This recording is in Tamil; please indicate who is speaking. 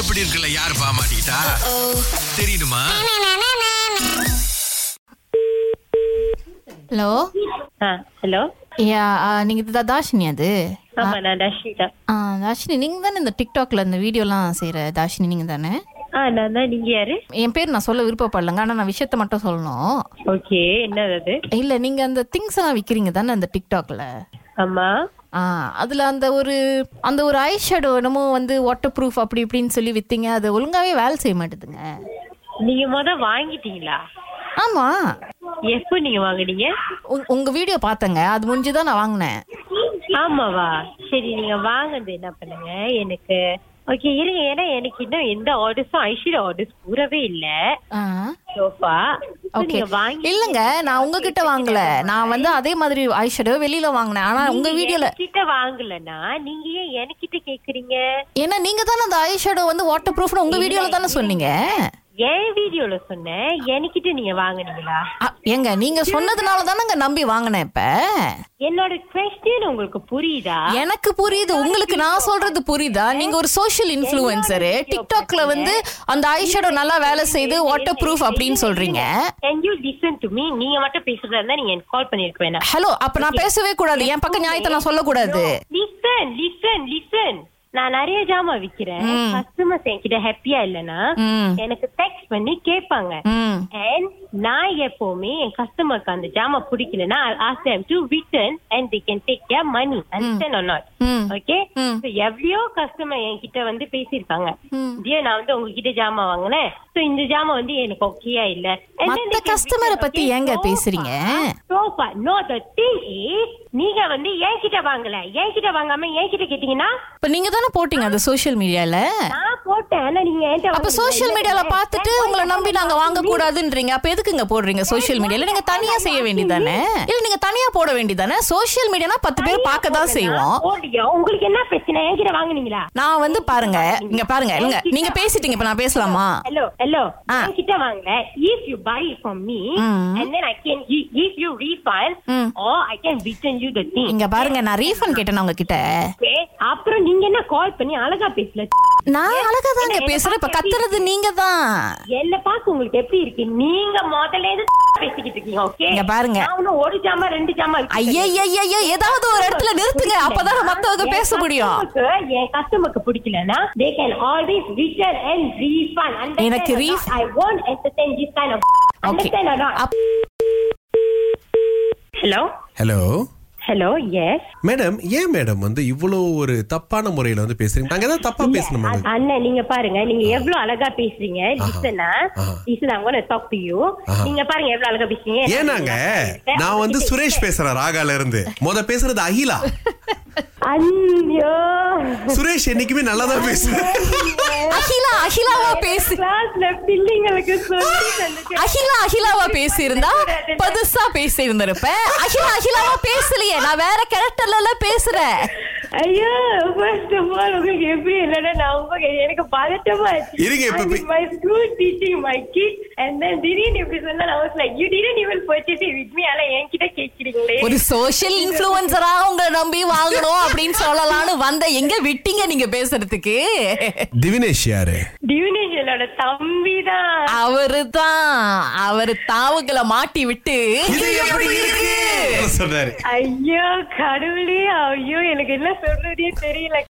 Speaker 1: எப்படி இருக்குல்ல யாரு பாமாட்டா தெரியுமா
Speaker 2: ஹலோ
Speaker 3: ஆ ஹலோ
Speaker 2: யா நீங்க இது தான் தாஷினி அது
Speaker 3: ஆமா நான் ரஷிதா
Speaker 2: ஆ, தாஷினி நீங்க தானே இந்த டிக்டாக்ல இந்த வீடியோலாம் செய்யற தாஷினி நீங்க தானே
Speaker 3: ஆ நான் தான் நீங்க யாரு
Speaker 2: என் பேர் நான் சொல்ல விருப்பப்படலங்க ஆனா நான் விஷயத்த மட்டும் சொல்லணும்
Speaker 3: ஓகே என்னது அது
Speaker 2: இல்ல நீங்க அந்த திங்ஸ் எல்லாம் விக்கிறீங்க தானே அந்த டிக்டாக்ல
Speaker 3: ஆமா
Speaker 2: ஆ அதுல அந்த ஒரு அந்த ஒரு ஐ ஷேடோ என்னமோ வந்து வாட்டர் ப்ரூஃப் அப்படி இப்படின்னு சொல்லி வித்தீங்க அது ஒழுங்காவே வேலை செய்ய மாட்டேதுங்க
Speaker 3: நீங்க முத வாங்கிட்டீங்களா
Speaker 2: ஆமா
Speaker 3: எப்போ நீங்க வாங்குனீங்க
Speaker 2: உங்க- உங்க வீடியோ பார்த்தேங்க அது முடிஞ்சுதான் நான் வாங்கினேன்
Speaker 3: ஆமாவா சரி நீங்க வாங்குனது என்ன பண்ணுங்க எனக்கு ஓகே இருங்க ஏன்னா எனக்கு இன்னும் எந்த ஆர்டர்ஸும் ஐஷியா ஆர்டர்ஸ் கூறவே இல்ல
Speaker 2: ஆ
Speaker 3: சோஃபா So
Speaker 2: ஓகே
Speaker 3: நீங்க வாங்கி
Speaker 2: இல்லங்க நான் உங்ககிட்ட வாங்கல நான் வந்து அதே மாதிரி ஐஷேடோ வெளியில வாங்கினேன் ஆனா உங்க வீடியோல
Speaker 3: கிட்ட வாங்கலன்னா நீங்க ஏன் என்கிட்ட கேக்குறீங்க
Speaker 2: ஏன்னா நீங்க தானே அந்த ஐஷேடோ வந்து வாட்டர் ப்ரூஃப்னு உங்க வீடியோல தானே சொன்னீங்க
Speaker 3: என் வீடியோல சொன்னேன் என்கிட்ட நீங்க வாங்குனீங்களா
Speaker 2: அ, ஏங்க நீங்க சொன்னதுனால தானங்க நம்பி வாங்கினேன் இப்ப
Speaker 3: என்னோட கொஸ்டின் உங்களுக்கு புரியுதா
Speaker 2: எனக்கு புரியுது உங்களுக்கு நான் சொல்றது புரியுதா நீங்க ஒரு சோஷியல் இன்ஃபுளுசரு டிக்டாக்ல வந்து அந்த ஐஷேடோ நல்லா வேலை செய்து வாட்டர் ப்ரூஃப் அப்படின்னு சொல்றீங்க
Speaker 3: can you listen to me நீங்க மட்டும் பேசுறதா இருந்தா நீங்க எனக்கு கால் பண்ணிருக்க வேணாம்
Speaker 2: ஹலோ அப்ப நான் பேசவே கூடாது என் பக்கம் நியாயத்தை நான் சொல்லக்கூடாது
Speaker 3: லிசன் லிசன் லிசன் நான் நிறைய ஜாமா விக்கிறேன் கஸ்டமர்ஸ் என்கிட்ட ஹாப்பியா இல்லனா
Speaker 2: ம்
Speaker 3: எனக்கு டெக்ஸ்ட் பண்ணி கேட்பாங்க
Speaker 2: ம்
Speaker 3: அண்ட் நான் எப்பவுமே என் கஸ்டமருக்கு அந்த ஜாமா பிடிக்கலன்னா ask them to return and they can take care money understand or not
Speaker 2: ம்
Speaker 3: ஓகே
Speaker 2: ம்.
Speaker 3: எவ்வளோ கஸ்டமர் என்கிட்ட வந்து பேசியிருக்காங்க இதே நான் வந்து உங்ககிட்ட ஜாமா வாங்கினேன் சோ இந்த ஜாமா வந்து எனக்கு ஓகேயா இல்ல And then
Speaker 2: மத்த
Speaker 3: they can
Speaker 2: customer
Speaker 3: return,
Speaker 2: பத்தி
Speaker 3: okay,
Speaker 2: ஏங்க
Speaker 3: sofa,
Speaker 2: பேசுறீங்க?
Speaker 3: sofa. No, the thing is, நீங்க வந்து என்கிட்ட வாங்கல என்கிட்ட வாங்காம என்கிட்ட கேட்டீங்கன்னா
Speaker 2: இப்ப நீங்க தானே போட்டீங்க அந்த சோஷியல் மீடியால
Speaker 3: நான் போட்டேன் ஆனா நீங்க என்கிட்ட
Speaker 2: அப்ப
Speaker 3: வாங்கல.
Speaker 2: சோஷியல் மீடியால
Speaker 3: இல்ல,
Speaker 2: பார்த்துட்டு உங்களை நம்பி நாங்க வாங்க கூடாதுன்றீங்க அப்ப எதுக்குங்க போடுறீங்க சோஷியல் மீடியால நீங்க தனியா செய்ய வேண்டியதானே இல்ல நீங்க தனியா போட வேண்டியதானே சோஷியல் மீடியானா பத்து பேர் பார்க்க தான் செய்வோம்
Speaker 3: ஓடியோ, உங்களுக்கு என்ன பிரச்சனை என்கிட்ட வாங்குனீங்களா
Speaker 2: நான் வந்து பாருங்க இங்க பாருங்க இல்லங்க நீங்க பேசிட்டீங்க இப்ப நான் பேசலாமா
Speaker 3: ஹலோ ஹலோ
Speaker 2: ஆ.
Speaker 3: என்கிட்ட வாங்க if you buy from me
Speaker 2: ம்.
Speaker 3: And then I can if you refund
Speaker 2: ம்.
Speaker 3: Or I can return you the thing
Speaker 2: Mm. இங்க பாருங்க நான் ரீஃபண்ட் கேட்டேன் உங்ககிட்ட
Speaker 3: ஓகே அப்புறம் நீங்க என்ன கால் பண்ணி அழகா பேசல
Speaker 2: நான் அழகா தாங்க பேசுறேன் இப்ப கத்துறது நீங்க தான்
Speaker 3: என்ன பார்க்க உங்களுக்கு எப்படி இருக்கு நீங்க முதல்ல இருந்து பேசிக்கிட்டு இருக்கீங்க ஓகே
Speaker 2: இங்க பாருங்க.
Speaker 3: நான் இன்னும் ஒரு ஜாமா ரெண்டு ஜாமா இருக்கு.
Speaker 2: ஐயய்யய்யய்ய ஏதாவது ஒரு இடத்துல நிறுத்துங்க அப்பதான் மத்தவங்க
Speaker 3: என்
Speaker 2: பேச முடியும்
Speaker 3: customer-க்கு, என் கஸ்டமருக்கு பிடிக்கலன்னா they can always return and refund Understand
Speaker 2: எனக்கு
Speaker 3: or not?
Speaker 2: ref-
Speaker 3: I won't entertain this kind of
Speaker 2: okay
Speaker 3: understand or not hello
Speaker 1: hello
Speaker 3: hello yes
Speaker 4: madam ஏன் மேடம் வந்து இவ்வளோ ஒரு தப்பான முறையில வந்து பேசுறீங்க நாங்க தான் தப்பா பேசணும் மேடம்
Speaker 3: அ- அண்ணன் நீங்க பாருங்க நீங்க எவ்வளவு அழகா பேசுறீங்க லிசனா
Speaker 4: ஆஹா.
Speaker 3: லிசன் அவங்க டாக் டு யூ நீங்க பாருங்க எவ்வளவு அழகா பேசுறீங்க
Speaker 4: ஏனாங்க நான் வந்து சுரேஷ் பேசுறேன் ராகால இருந்து முத பேசுறது அகிலா
Speaker 3: ஐயோ
Speaker 4: சுரேஷ் என்னைக்குமே நல்லா தான் பேசுறேன்
Speaker 2: அகிலா அகிலாவா பேசு
Speaker 3: கிளாஸ்ல பிள்ளைங்களுக்கு சொல்லி தந்துட்டு-
Speaker 2: அகிலா அகிலாவா பேசியிருந்தா பதுசா பேசியிருந்திருப்ப அகிலா அகிலாவா பேசலையே நான் வேற கேரக்டர்ல எல்லாம் பேசுறேன்
Speaker 3: ஐயோ ஃபர்ஸ்ட் ஆஃப் ஆல் உங்களுக்கு எப்படி இல்லைன்னா நான் உங்க எனக்கு பதட்டமா இருக்கு
Speaker 4: இருங்க, இப்ப பே-
Speaker 3: my school teaching my kid and then திடீர்னு இப்படி சொன்னா நான் was like you didn't even purchase it with me ஆனா என்கிட்ட கேக்குறீங்களே
Speaker 2: ஒரு சோஷியல் இன்ஃபுளுசரா உங்களை நம்பி வாங்கணும் அப்படின்னு சொல்லலாம்னு வந்த எங்க விட்டீங்க நீங்க பேசுறதுக்கு
Speaker 4: திவினேஷ் யாரு
Speaker 3: டிவினேஷனோட தம்பி தான்
Speaker 2: அவரு தான் அவரு தாவுகளை மாட்டி விட்டு
Speaker 4: இது எப்படி இருக்கு சொன்னாரு
Speaker 3: ஐயோ கடவுளே ஐயோ எனக்கு என்ன சொல்றதே தெரியல